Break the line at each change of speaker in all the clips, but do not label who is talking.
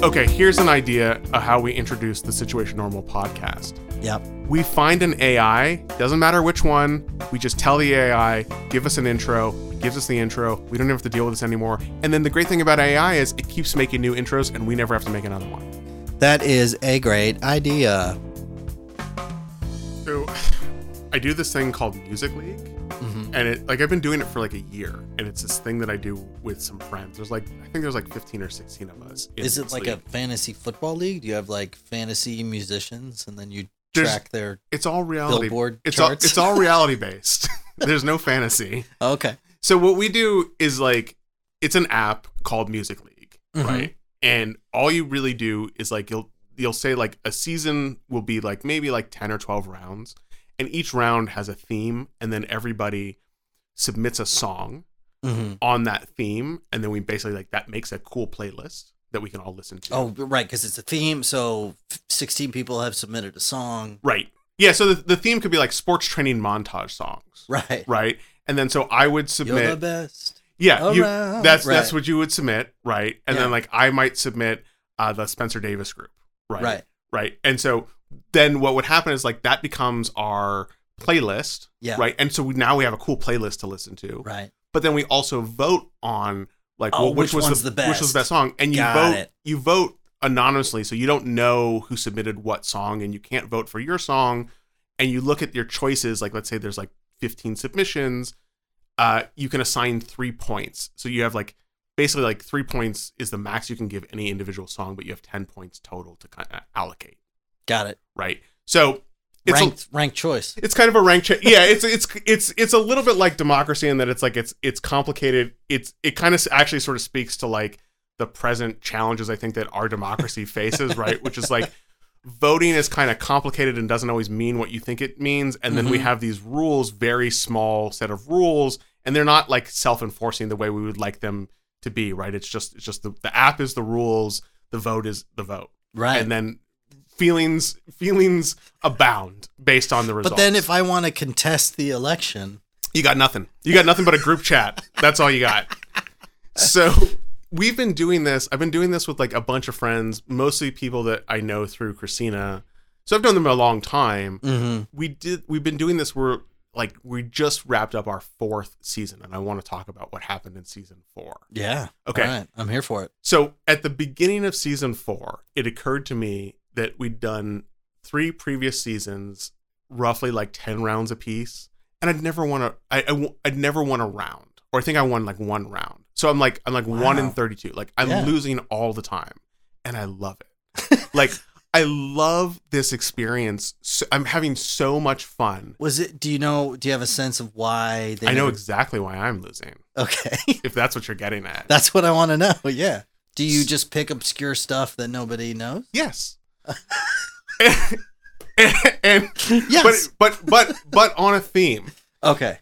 Okay, here's an idea of how we introduce the Situation Normal podcast.
Yep.
We find an AI, doesn't matter which one, we just tell the AI, give us an intro, it gives us the intro, we don't have to deal with this anymore. And then the great thing about AI is it keeps making new intros and we never have to make another one.
That is a great idea.
So I do this thing called Music League.
Mhm.
And it like I've been doing it for like a year, and it's this thing that I do with some friends. There's like I think there's like 15 or 16 of us. in
Is it
this
like
league.
a fantasy football league? Do you have like fantasy musicians and then you
There's-
track their
It's all reality.
Billboard
it's
charts?
all it's all reality based. there's no fantasy.
Okay.
So what we do is like it's an app called Music League,
Mhm.
right? And all you really do is like you'll you'll say like a season will be like maybe like 10 or 12 rounds and each round has a theme and then everybody submits a song
hmm
on that theme and then we basically like that makes a cool playlist that we can all listen to.
Oh, right, because it's a theme. So f- 16 people have submitted a song.
right. Yeah, so the, the theme could be like sports training montage songs,
Right.
right? And then so I would submit
You're the best.
Yeah, you,
around.
that's
Right.
that's what you would submit, right? And
Yeah.
then like I might submit uh, the Spencer Davis group, right?
Right.
right. And so then what would happen is like that becomes our playlist,
Yeah.
right? And so we, now we have a cool playlist to listen to,
Right.
but then we also vote on like
Oh,
wh- which,
which
was
one's
the,
the
which was the best
best.
song, and you
Got
vote
it.
you vote anonymously, so you don't know who submitted what song, and you can't vote for your song, and you look at your choices. Like let's say there's like 15 submissions, uh, you can assign three points, so you have like basically like three points is the max you can give any individual song, but you have 10 points total to kind of allocate,
Got it.
right? So it's a-
ranked, ranked choice.
it's kind of a rank check. Yeah, it's it's it's it's a little bit like democracy in that it's like it's it's complicated. It's it kind of actually sort of speaks to like the present challenges I think that our democracy faces, right? Which is like voting is kind of complicated and doesn't always mean what you think it means. And then we
Mhm.
have these rules, very small set of rules, and they're not like self-enforcing the way we would like them to be, right? It's just it's just the, the app is the rules, the vote is the vote.
Right.
And then feelings feelings abound based on the results.
but then if I want to contest the election,
You got nothing. You got nothing but a group chat. That's all you got. So we've been doing this. I've been doing this with like a bunch of friends, mostly people that I know through Christina. So I've known them a long time.
mm-hmm.
We did. We've been doing this. We're like we just wrapped up our fourth season, and I want to talk about what happened in season four.
yeah.
Okay.
All right. I'm here for it.
So at the beginning of season four, it occurred to me that we'd done three previous seasons, roughly like ten rounds apiece, and I'd never won a I, I w- I'd never won a round, or I think I won like one round. So I'm like I'm like one in
Wow.
thirty two, like I'm
Yeah.
losing all the time, and I love it. like I love this experience. So, I'm having so much fun.
Was it? Do you know? Do you have a sense of why they?
I know
never-
exactly why I'm losing,
Okay,
if that's what you're getting at.
that's what I want to know. Yeah. Do you just pick obscure stuff that nobody knows?
yes. and, and
Yes.
But but but but on a theme.
okay.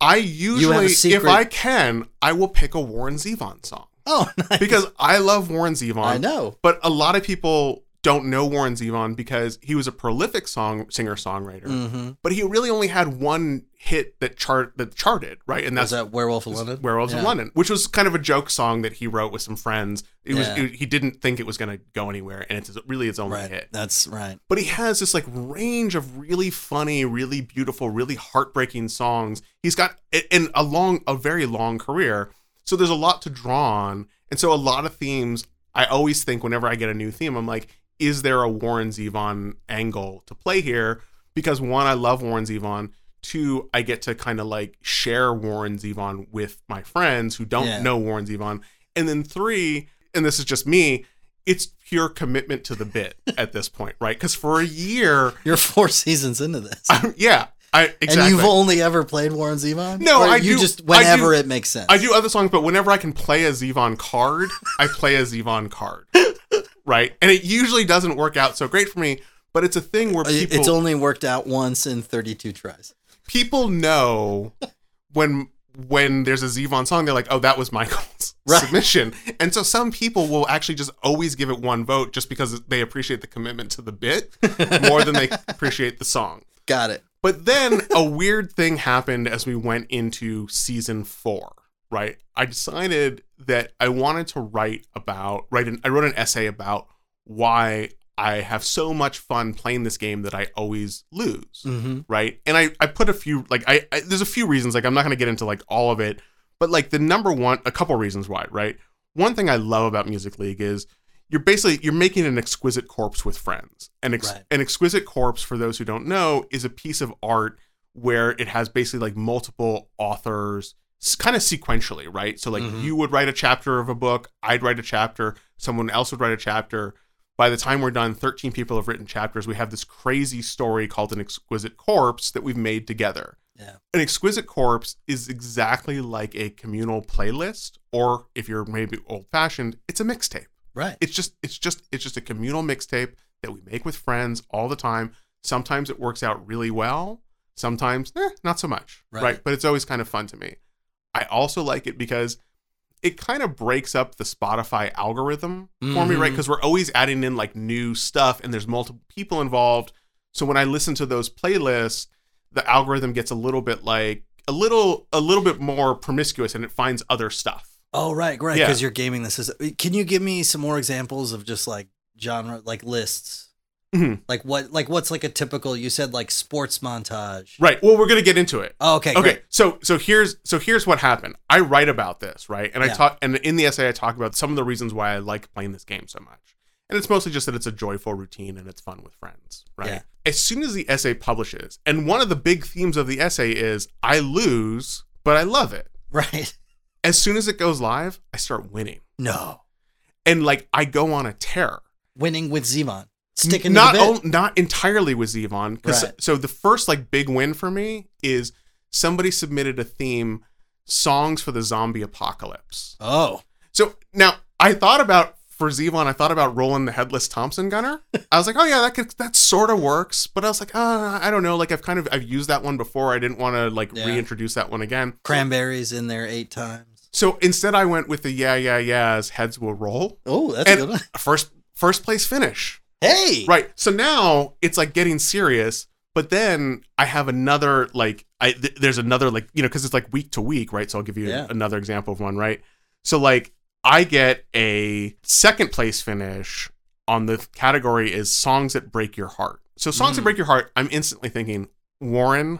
I
have a
usually, if
secret-
I can, I will pick a Warren Zevon song
Oh, nice.
because I love Warren Zevon.
I know.
but a lot of people don't know Warren Zevon because he was a prolific song singer songwriter,
Mm-hmm.
but he really only had one hit that chart that charted right, and
Was
that's
that Werewolf of London?
Werewolves
yeah.
in London, which was kind of a joke song that he wrote with some friends. It was
Yeah.
it- he didn't think it was going to go anywhere, and it's really his only
Right.
hit.
That's right.
but he has this like range of really funny, really beautiful, really heartbreaking songs. He's got in a long, a very long career, so there's a lot to draw on, and so a lot of themes. I always think whenever I get a new theme, I'm like, is there a Warren Zevon angle to play here? Because one, I love Warren Zevon. Two, I get to kind of like share Warren Zevon with my friends who don't
Yeah.
know Warren Zevon. And then three, and this is just me, it's pure commitment to the bit at this point, right? Because for a year,
You're four seasons into this,
I'm, yeah, I exactly.
and you've only ever played Warren Zevon.
No,
Or
I
you
do-
just
I do-
whenever it makes sense.
I do other songs, but whenever I can play a Zevon card, I play a Zevon card, right? And it usually doesn't work out so great for me, but it's a thing where
It-
people
Uh, It's only worked out once in 32 tries.
people know when when there's a Zevon song, they're like, "Oh, that was Michael's
Right.
submission," and so some people will actually just always give it one vote just because they appreciate the commitment to the bit more than they appreciate the song.
Got it.
But then a weird thing happened as we went into season four, right? I decided that I wanted to write about. Write an, I wrote an essay about why I have so much fun playing this game that I always lose
Mm-hmm.
right? And I, I put a few like I, I there's a few reasons like I'm not gonna get into like all of it, but like the number one a couple reasons why right. One thing I love about Music League is you're basically you're making an exquisite corpse with friends. An ex-
Right.
an exquisite corpse for those who don't know is a piece of art where it has basically like multiple authors kind of sequentially, right? So like
Mhm.
you would write a chapter of a book, I'd write a chapter, someone else would write a chapter. By the time we're done, 13 people have written chapters. We have this crazy story called An Exquisite Corpse that we've made together.
Yeah.
An Exquisite Corpse is exactly like a communal playlist or if you're maybe old-fashioned, it's a mixtape.
Right.
It's just it's just it's just a communal mixtape that we make with friends all the time. Sometimes it works out really well, sometimes eh, not so much,
Right.
right? But it's always kind of fun to me. I also like it because it kind of breaks up the Spotify algorithm for me, right?
Mhm.
Because we're always adding in like new stuff and there's multiple people involved. So when I listen to those playlists, the algorithm gets a little bit like a little a little bit more promiscuous and it finds other stuff.
Oh, right, right.
Yeah.
Because you're gaming the system. Can you give me some more examples of just like genre, like lists?
Mhm.
Like what? Like what's like a typical? You said like sports montage.
Right. Well, we're gonna get into it.
Oh, okay.
okay
Great.
so so here's so here's what happened i write about this right and i
Yeah.
talk and in the essay i talk about some of the reasons why i like playing this game so much and it's mostly just that it's a joyful routine and it's fun with friends right
Yeah.
as soon as the essay publishes and one of the big themes of the essay is i lose but i love it
Right.
as soon as it goes live i start winning
No.
and like i go on a tear
Winning with Zevon. Sticking
not
to the bit.
on- not entirely with Zevon. 'cause-
Right.
So the first like big win for me is somebody submitted a theme songs for the zombie apocalypse.
Oh.
So now I thought about for Zevon, I thought about rolling the headless Thompson gunner. I was like, oh yeah, that could, that sort of works. But I was like, uh, I don't know. Like I've kind of I've used that one before. I didn't want to like
Yeah.
reintroduce that one again.
Cranberries in there eight times.
So instead, I went with the yeah yeah yeahs. Heads will roll.
Oh, that's
And-
a good one.
First first place finish.
Hey.
Right. So now it's like getting serious, but then I have another like I th- there's another like you know because it's like week to week, right? So I'll give you
Yeah.
another example of one, right? So like I get a second place finish on the category is songs that break your heart. So songs that
Mm.
break your heart, I'm instantly thinking Warren,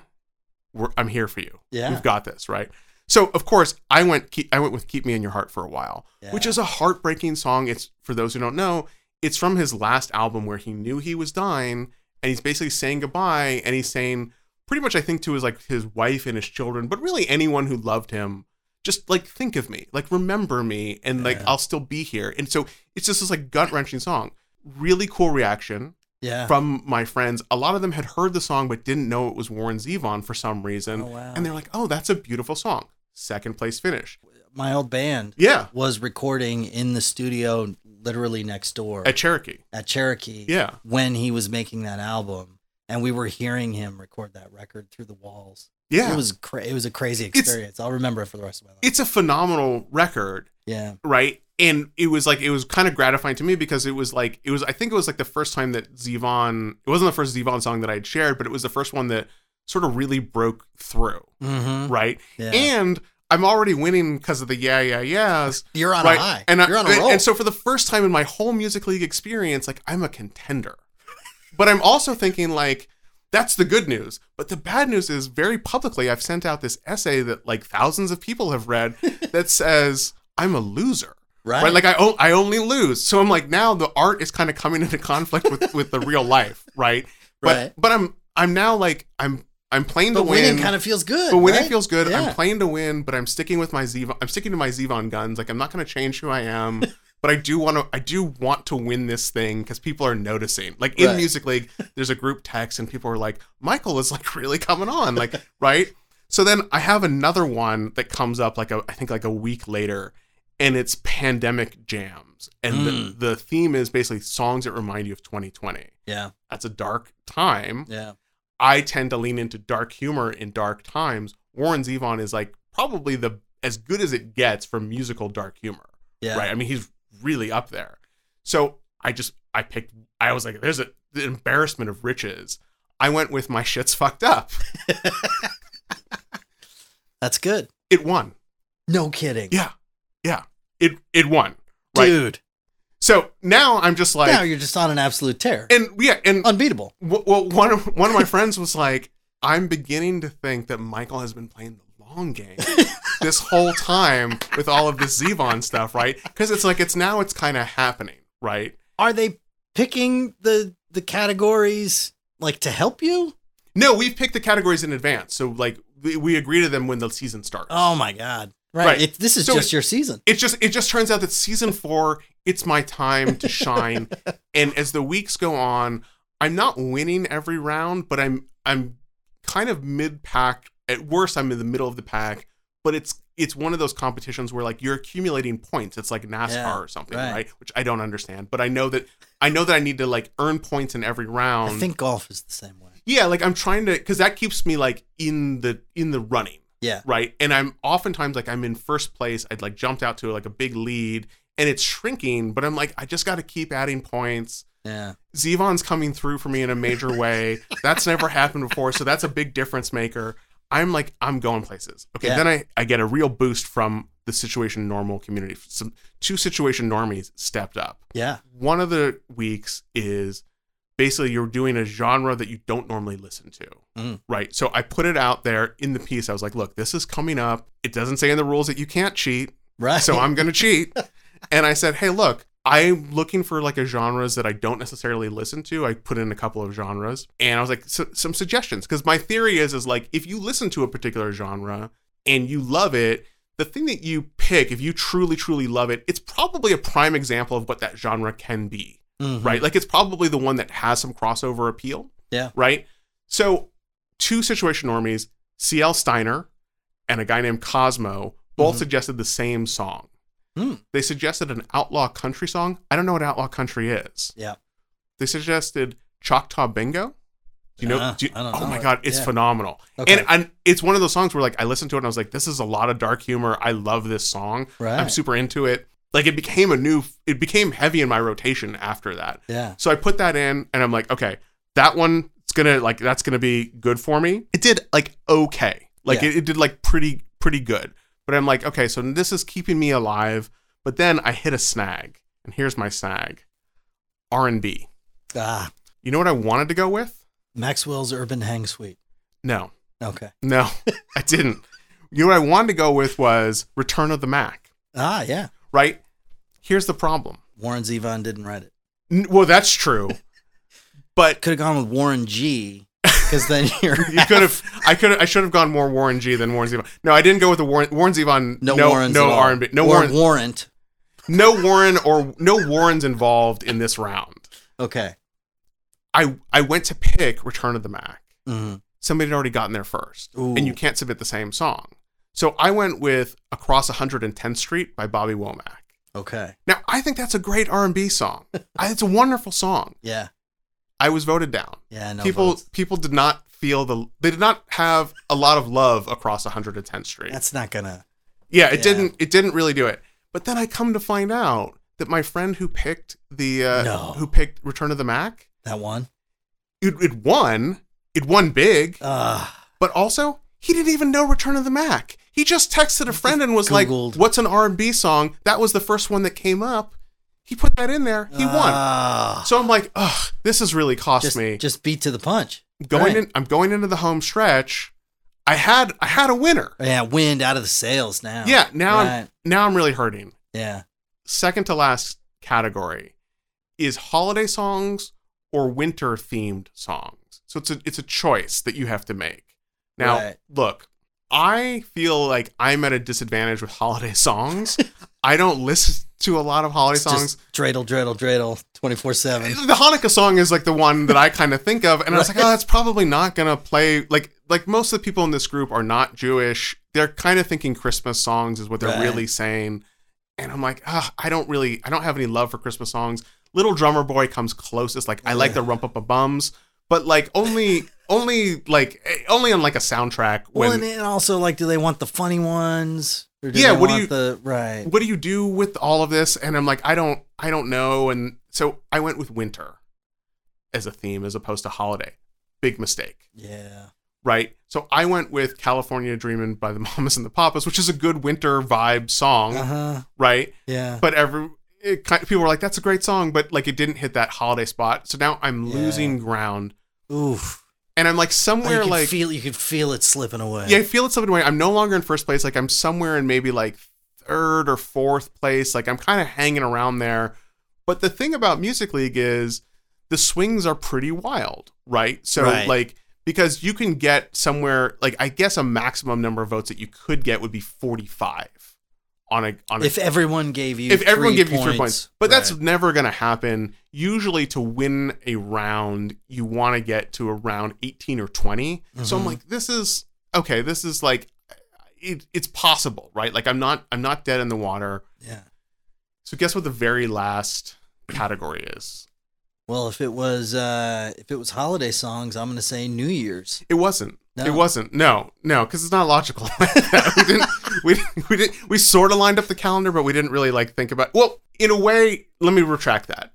we're, I'm here for you.
Yeah.
We've got this, right? So of course I went keep, I went with Keep Me in Your Heart for a while
Yeah.
which is a heartbreaking song. It's for those who don't know, it's from his last album where he knew he was dying and he's basically saying goodbye and he's saying pretty much I think to his like his wife and his children, but really anyone who loved him, just like think of me, like remember me and like
Yeah.
I'll still be here. And so it's just this like gut-wrenching song. Really cool reaction
yeah.
from my friends. A lot of them had heard the song but didn't know it was Warren Zevon for some reason.
Oh, wow.
And they're like, "Oh, that's a beautiful song." Second place finish.
My old band
Yeah,
was recording in the studio literally next door
at Cherokee.
at Cherokee.
Yeah.
when he was making that album and we were hearing him record that record through the walls.
Yeah.
It was cra- it was a crazy
It's-
experience. I'll remember it for the rest of my life.
it's a phenomenal record,
yeah.
right? And it was like it was kind of gratifying to me because it was like it was I think it was like the first time that Zevon it wasn't the first Zevon song that I had shared, but it was the first one that sort of really broke through,
Mm-hmm.
right?
Yeah.
And I'm already winning because of the yeah yeah yeahs,
You're on
right?
a high.
And I-
You're on a
and-
roll.
and so for the first time in my whole music league experience, like I'm a contender, but I'm also thinking like. That's the good news. But the bad news is very publicly I've sent out this essay that like thousands of people have read that says I'm a loser.
right.
Right? Like I o- I only lose. So I'm like now the art is kind of coming into conflict with with the real life, right? But
Right.
but I'm I'm now like I'm I'm playing
but
to
winning
win.
kind of feels good.
but winning
right?
feels good.
Yeah.
I'm playing to win, but I'm sticking with my Zevon. I'm sticking to my Zevon guns. Like I'm not going to change who I am, but I do want to. I do want to win this thing because people are noticing. Like in
Right.
Music League, there's a group text and people are like, "Michael is like really coming on," like right. So then I have another one that comes up like a, I think like a week later, and it's pandemic jams, and
Mm.
the, the theme is basically songs that remind you of 2020.
Yeah.
That's a dark time.
Yeah.
I tend to lean into dark humor in dark times. Warren Zevon is like probably the as good as it gets for musical dark humor,
Yeah.
right? I mean, he's really up there. So I just I picked. I was like, there's a the embarrassment of riches. I went with my shit's fucked up.
That's good.
It won.
No kidding.
Yeah. Yeah. it it won. Right.
dude.
So now I'm just like,
now you're just on an absolute tear,
and yeah, and
unbeatable.
w- well, one of, one of my friends was like, I'm beginning to think that Michael has been playing the long game this whole time with all of this Zevon stuff, right? Because it's like it's now it's kind of happening, right?
Are they picking the the categories like to help you?
No, we've picked the categories in advance, so like we, we agree to them when the season starts.
Oh my god! Right,
Right.
It, this is
So
just
it-
your season.
it just it just turns out that season four it's my time to shine and as the weeks go on i'm not winning every round but i'm i'm kind of mid-pack at worst i'm in the middle of the pack but it's it's one of those competitions where like you're accumulating points it's like nascar
Yeah,
or something
right.
right. which i don't understand but i know that i know that i need to like earn points in every round
I think golf is the same way.
yeah like i'm trying to because that keeps me like in the in the running
Yeah.
right and i'm oftentimes like i'm in first place i'd like jumped out to like a big lead and it's shrinking but i'm like i just got to keep adding points
Yeah,
Zevon's coming through for me in a major way. that's never happened before, so that's a big difference maker. I'm like, I'm going places. Okay,
Yeah.
then I, I get a real boost from the Situation Normal community. Some two Situation Normies stepped up
yeah.
one of the weeks is basically you're doing a genre that you don't normally listen to.
Mm.
Right. So I put it out there in the piece. I was like, look, this is coming up. It doesn't say in the rules that you can't cheat.
Right.
So I'm going to cheat. And I said, hey, look, I'm looking for like a genres that I don't necessarily listen to. I put in a couple of genres and I was like, "S- some suggestions. Cause my theory is, is like, if you listen to a particular genre and you love it, the thing that you pick, if you truly, truly love it, it's probably a prime example of what that genre can be
Mhm.
right? Like it's probably the one that has some crossover appeal.
Yeah.
Right. So two situation normies, CL Steiner and a guy named Cosmo, both
Mhm.
suggested the same song.
Hmm.
They suggested an outlaw country song. I don't know what outlaw country is.
Yeah.
They suggested Choctaw Bingo. Do you know?
Uh,
do you-
I don't
oh
know
my
it.
god, it's
Yeah.
phenomenal.
Okay.
And i it's one of those songs where like I listened to it and I was like, this is a lot of dark humor. I love this song.
right.
I'm super into it. Like it became a new, it became heavy in my rotation after that.
yeah.
So I put that in and I'm like, okay, that one it's gonna like that's gonna be good for me. It did like okay. Like
Yeah.
it, it did like pretty pretty good. But I'm like, okay, so this is keeping me alive. But then I hit a snag. And here's my snag. R and B.
Ah,
You know what I wanted to go with?
Maxwell's Urban Hang Suite.
No.
Okay.
No, I didn't. You know what I wanted to go with was Return of the Mac,
Ah, yeah.
right? Here's the problem.
Warren Zevon didn't write it.
N- well, that's true. But
Could have gone with Warren G. Because then you're
You could have. I could. have I should have gone more Warren G than Warren Zevon. No, I didn't go with the Warren. Warren Zevon.
no,
No, no
Warrens.
No
at all.
R&B. No
or
Warren.
Warrant.
No Warren or no Warrens involved in this round.
Okay.
I I went to pick Return of the Mac.
Mhm.
Somebody had already gotten there first, and you
Ooh.
can't submit the same song. So I went with Across 110th Street by Bobby Womack.
Okay.
Now I think that's a great R&B song. I- it's a wonderful song.
Yeah.
I was voted down.
Yeah. No
people
votes.
people did not feel the they did not have a lot of love across 110th Street.
That's not gonna.
Yeah, it
Yeah.
didn't. It didn't really do it. But then I come to find out that my friend who picked the uh,
No.
who picked Return of the Mac,
That one.
it, it won. It won big,
Ah.
but also he didn't even know Return of the Mac. He just texted a friend and was
Googled.
like, "What's an R and B song?" That was the first one that came up. He put that in there. He won.
Ah.
So I'm like, "Ugh, this has really cost
Just,
me."
just beat to the punch.
going
right.
in, I'm going into the home stretch. I had I had a winner.
Yeah. Wind out of the sails now.
Yeah, now I'm
Right.
now I'm really hurting.
Yeah.
second to last category is holiday songs or winter themed songs. So it's a it's a choice that you have to make. Now,
Right.
look, I feel like I'm at a disadvantage with holiday songs. I don't listen to a lot of holiday
It's
songs.
just dreidel, dreidel, dreidel, twenty four seven.
The Hanukkah song is like the one that I kind of think of, and I was like, oh, that's probably not gonna play. Like, like most of the people in this group are not Jewish. They're kind of thinking Christmas songs is what they're
Right.
really saying, and I'm like, ah, I don't really, I don't have any love for Christmas songs. Little Drummer Boy comes closest. Like, I like the Rump Up a Bums, but like only, only like eh, only on like a soundtrack. When
Well, and, and also like, do they want the funny ones? Or do
Yeah,
They
what do
want
you-
The, right.
what do you do with all of this? And I'm like, I don't, I don't know. And so I went with winter as a theme as opposed to holiday. Big mistake.
Yeah.
right? So I went with California Dreamin' by the Mamas and the Papas, which is a good winter vibe song,
Uh huh.
right?
Yeah.
But every it kind people were like, "That's a great song," but like it didn't hit that holiday spot. So now I'm
Yeah.
losing ground,
Oof. Oh,
and I'm like
you
somewhere
could
like
feel you could feel it slipping away.
yeah, I feel it something way. I'm no longer in first place. Like I'm somewhere in maybe like third or fourth place. Like I'm kind of hanging around there. But the thing about Music League is the swings are pretty wild, right? So
Right.
like because you can get somewhere like I guess a maximum number of votes that you could get would be 45 on a on a
If everyone gave you
if everyone
three
gave you three points. But that's
right.
never going to happen. Usually, to win a round, you want to get to around 18 or 20. So I'm
Mhm.
like, this is okay. This is like, it, it's possible, right? Like I'm not, I'm not dead in the water.
yeah.
So guess what the very last category is?
Well, if it was uh if it was holiday songs, I'm gonna say New Year's.
It wasn't.
No.
It wasn't. No, no, because it's not logical. we didn't. We, we didn't. We sort of lined up the calendar, but we didn't really like think about. Well, in a way, let me retract that.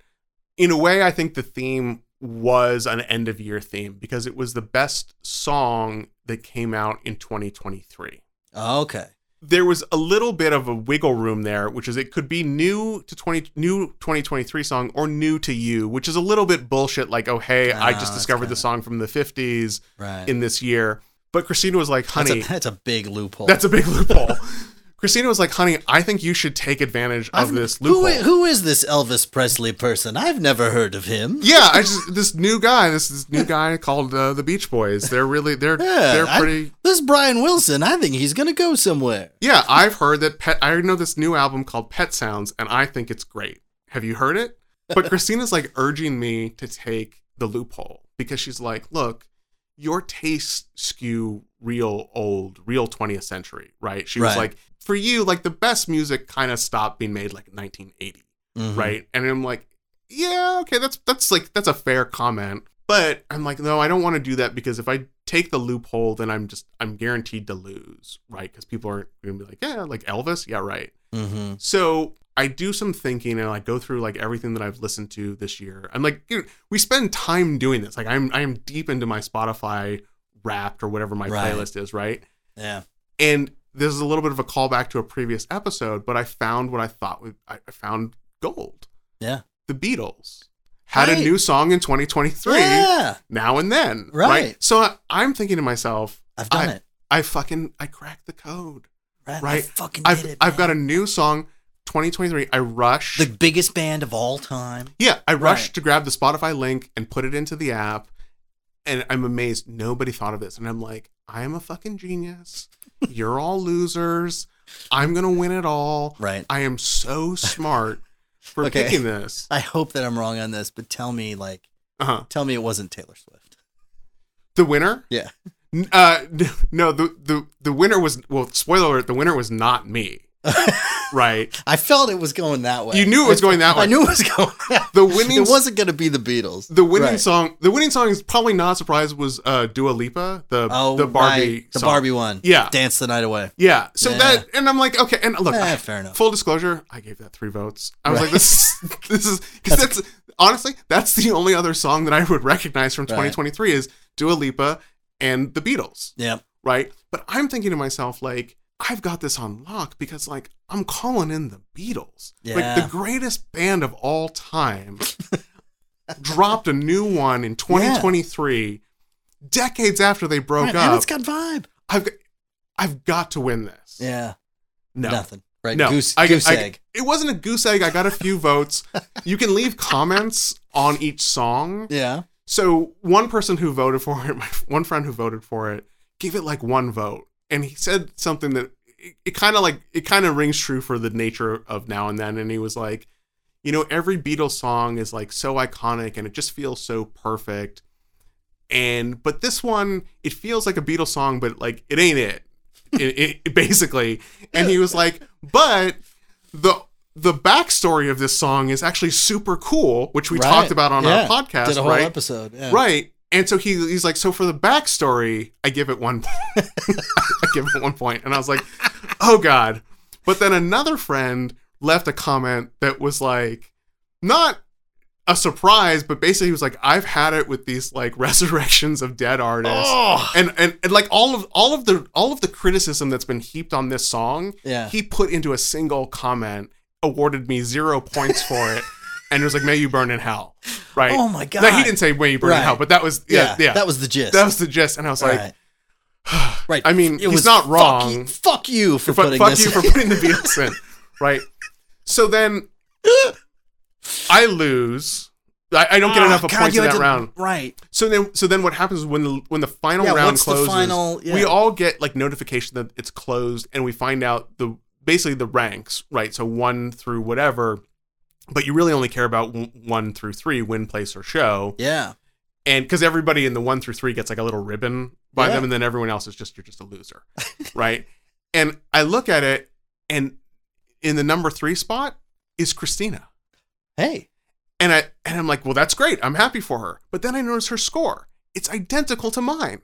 In a way, I think the theme was an end of year theme because it was the best song that came out in 2023.
Oh, okay.
There was a little bit of a wiggle room there, which is it could be new to 20 new 2023 song or new to you, which is a little bit bullshit. Like, oh hey, I
Ah,
just
that's
discovered
kinda-
the song from the 50s
Right.
in this year. But Christina was like,
that's,
honey,
a, that's a big loophole.
that's a big loophole. Christina was like, honey, I think you should take advantage of
I've-
this
who
loophole.
i- who is this Elvis Presley person? I've never heard of him.
yeah, I just this new guy, this this new guy called uh, the Beach Boys. They're really they're
Yeah,
they're
I-
pretty.
This Brian Wilson, I think he's gonna go somewhere.
yeah, I've heard that. Pet, I know this new album called Pet Sounds, and I think it's great. Have you heard it? But Christina's like urging me to take the loophole because she's like, look, your tastes skew real old, real 20th century, right? She was
Right.
like, for you, like the best music kind of stopped being made like 1980
Mhm.
right? And I'm like, yeah, okay, that's that's like that's a fair comment. But I'm like, no, I don't want to do that because if I take the loophole, then I'm just I'm guaranteed to lose, right? Because people are gonna be like, yeah, like Elvis, yeah, right.
Mhm.
So I do some thinking and I go through like everything that I've listened to this year. I'm like, dude, we spend time doing this. Like I'm I am deep into my Spotify Wrapped or whatever my
Right.
playlist is, right?
Yeah.
and this is a little bit of a callback to a previous episode, but I found what I thought was I I found gold.
Yeah.
The Beatles had
Right.
a new song in 2023,
Yeah.
now and then.
Right.
So I, I'm thinking to myself,
I've done
I-
it.
I fucking I cracked the code.
Right. I
right.
fucking
I've
did it.
I've got a
man.
new song 2023. I rush.
the biggest band of all time.
yeah, I rushed
Right.
to grab the Spotify link and put it into the app. And I'm amazed nobody thought of this. And I'm like, I am a fucking genius. You're all losers. I'm gonna win it all.
Right.
I am so smart for
Okay.
picking this.
I hope that I'm wrong on this, but tell me like
Uh-huh.
tell me it wasn't Taylor Swift.
The winner?
Yeah.
N- Uh, n- no, the, the the winner was well. Spoiler alert: the winner was not me. right?
I felt it was going that way.
You knew it was going that
I
way.
knew it was going that
The winning
It wasn't going to be the Beatles.
the winning
Right.
song. The winning song is probably not a surprise. Was uh, Dua Lipa the
Oh,
the Barbie
right. The
song.
Barbie one.
Yeah.
Dance the night away.
Yeah. So
Yeah.
that and I'm like okay and look.
Eh,
I-
fair enough.
Full disclosure, I gave that three votes. I was
Right.
like, this, this is because that's, honestly that's the only other song that I would recognize from
Right.
2023 is Dua Lipa and the Beatles,
Yeah.
right? But I'm thinking to myself like, I've got this on lock because like I'm calling in the Beatles, like
Yeah.
the greatest band of all time, dropped a new one in 2023, decades after they broke
Right, And
up.
it's got vibe.
I've got- I've got to win this.
Yeah.
No.
Nothing. Right.
No,
Goose,
I-
goose
I-
egg.
it wasn't a goose egg. I got a few votes. You can leave comments on each song.
yeah.
So one person who voted for it, my one friend who voted for it, gave it like one vote, and he said something that it, it kind of like it kind of rings true for the nature of now and then. And he was like, you know, every Beatles song is like so iconic, and it just feels so perfect. And but this one, it feels like a Beatles song, but like it ain't it, it, it basically. And he was like, but the the backstory of this song is actually super cool, which we
Right.
talked about on our
Yeah.
podcast,
Did a whole
right?
episode. Yeah.
Right. And so he, he's like, so for the backstory, I give it one point. I give it one point. And I was like, oh God. But then another friend left a comment that was like, not a surprise, but basically he was like, I've had it with these like resurrections of dead artists.
Oh,
And, and and like all of all of the all of the criticism that's been heaped on this song,
yeah.
he put into a single comment, awarded me zero points for it, and was like, May you burn in hell. Right.
oh my god.
Now he didn't say may you burn in
Right.
hell, but that was yeah, yeah.
That was the gist.
That was the gist. And I was like,
right. right.
I mean,
It
he's
was
not
fuck
wrong.
you- Fuck you, for
But
putting
fuck
this.
you for putting the Beatles in, right? So then I lose. I, I don't get
Ah,
enough of
God,
points
you
in
had
that
to-
round.
Right.
So then, so then what happens is when the when the final
Yeah,
round
what's the
closes?
final- yeah.
We all get like notification that it's closed, and we find out the basically the ranks, right? So one through whatever, but you really only care about w- one through three, win, place, or show,
Yeah.
and because everybody in the one through three gets like a little ribbon by
Yeah.
them, and then everyone else is just you're just a loser, right? And I look at it, and in the number three spot is Christina.
Hey.
And I and I'm like, well, that's great. I'm happy for her. But then I notice her score. It's identical to mine.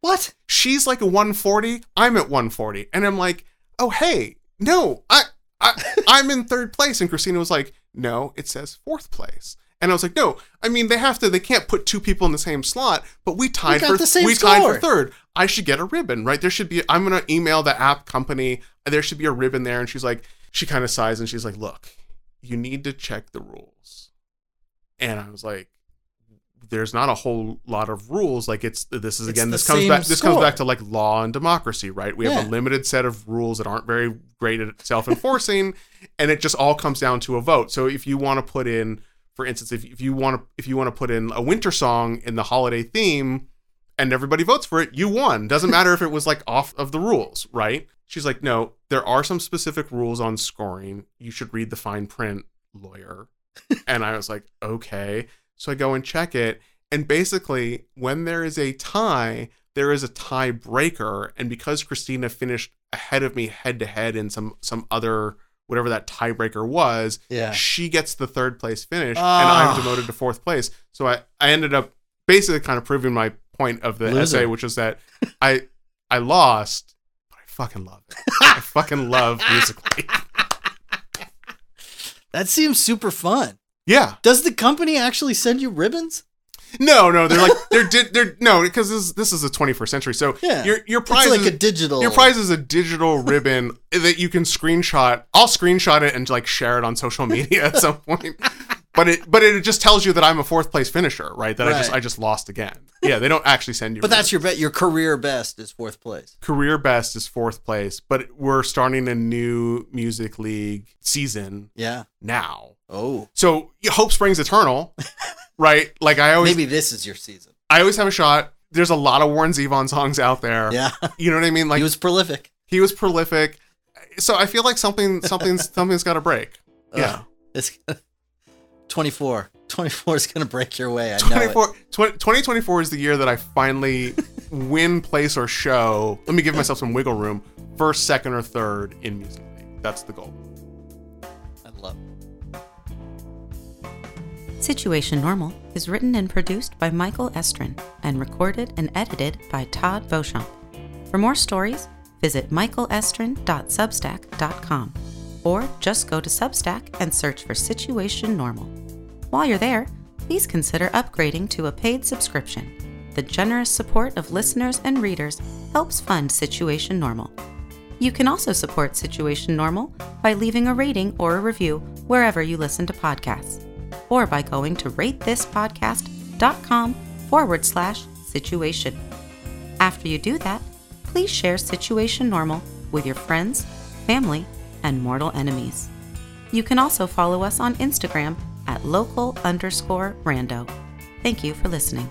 What?
She's like a 140. I'm at 140, and I'm like, oh hey, no, I, I I'm in third place. And Christina was like, no, it says fourth place. And I was like, no, I mean they have to. They can't put two people in the same slot. But we tied
got
for
the same
we tied for
score.
third. I should get a ribbon, right? There should be. I'm gonna email the app company. There should be a ribbon there. And she's like, she kind of sighs and she's like, look, you need to check the rules. And I was like, there's not a whole lot of rules. Like it's this is
It's
again
the
this comes
same
back this comes
score.
back to like law and democracy, right? We have a
Yeah.
limited set of rules that aren't very great at self enforcing, and it just all comes down to a vote. So if you want to put in, for instance, if, if you want to if you want to put in a winter song in the holiday theme, and everybody votes for it, you won. Doesn't matter if it was like off of the rules, right? She's like, no, there are some specific rules on scoring. You should read the fine print, lawyer. and I was like, okay. So I go and check it. And basically, when there is a tie, there is a tiebreaker. And because Christina finished ahead of me head to head in some some other whatever that tiebreaker was,
Yeah.
she gets the third place finish, and I'm
Ah.
demoted to fourth place. So I, I ended up basically kind of proving my point of the
Loser.
essay, which is that I I lost, but I fucking love it. I fucking love musically.
That seems super fun.
Yeah.
Does the company actually send you ribbons?
No, no, they're like they're di- they're no because this this is the 21st century. So
Yeah.
your your prize
It's like
is,
a digital.
your prize is a digital ribbon that you can screenshot. I'll screenshot it and like share it on social media at some point. But it but it just tells you that I'm a fourth place finisher, right? That I just
Right.
I just lost again. Yeah, they don't actually send you.
But that's
ribbons.
your bet. Your career best is fourth place.
career best is fourth place. But we're starting a new music league season
Yeah.
now.
Oh.
So yeah, hope springs eternal, right? Like I always
Maybe this is your season.
I always have a shot. There's a lot of Warren Zevon songs out there.
Yeah.
You know what I mean? Like
he was prolific.
he was prolific. So I feel like something something's something's got to break. Yeah.
Ugh, It's 24. 24 is going to break your way. I know. it.
24 twen- 2024 is the year that I finally win place or show. Let me give myself some wiggle room. First, second or third in music. League. That's the goal.
I love it.
Situation Normal is written and produced by Michael Estrin and recorded and edited by Todd Beauchamp. For more stories, visit michaelestrin.substack.com or just go to Substack and search for Situation Normal. While you're there, please consider upgrading to a paid subscription. The generous support of listeners and readers helps fund Situation Normal. You can also support Situation Normal by leaving a rating or a review wherever you listen to podcasts, or by going to ratethispodcast.com forward slash situation. After you do that, please share Situation Normal with your friends, family, and mortal enemies. You can also follow us on Instagram at local underscore rando. Thank you for listening.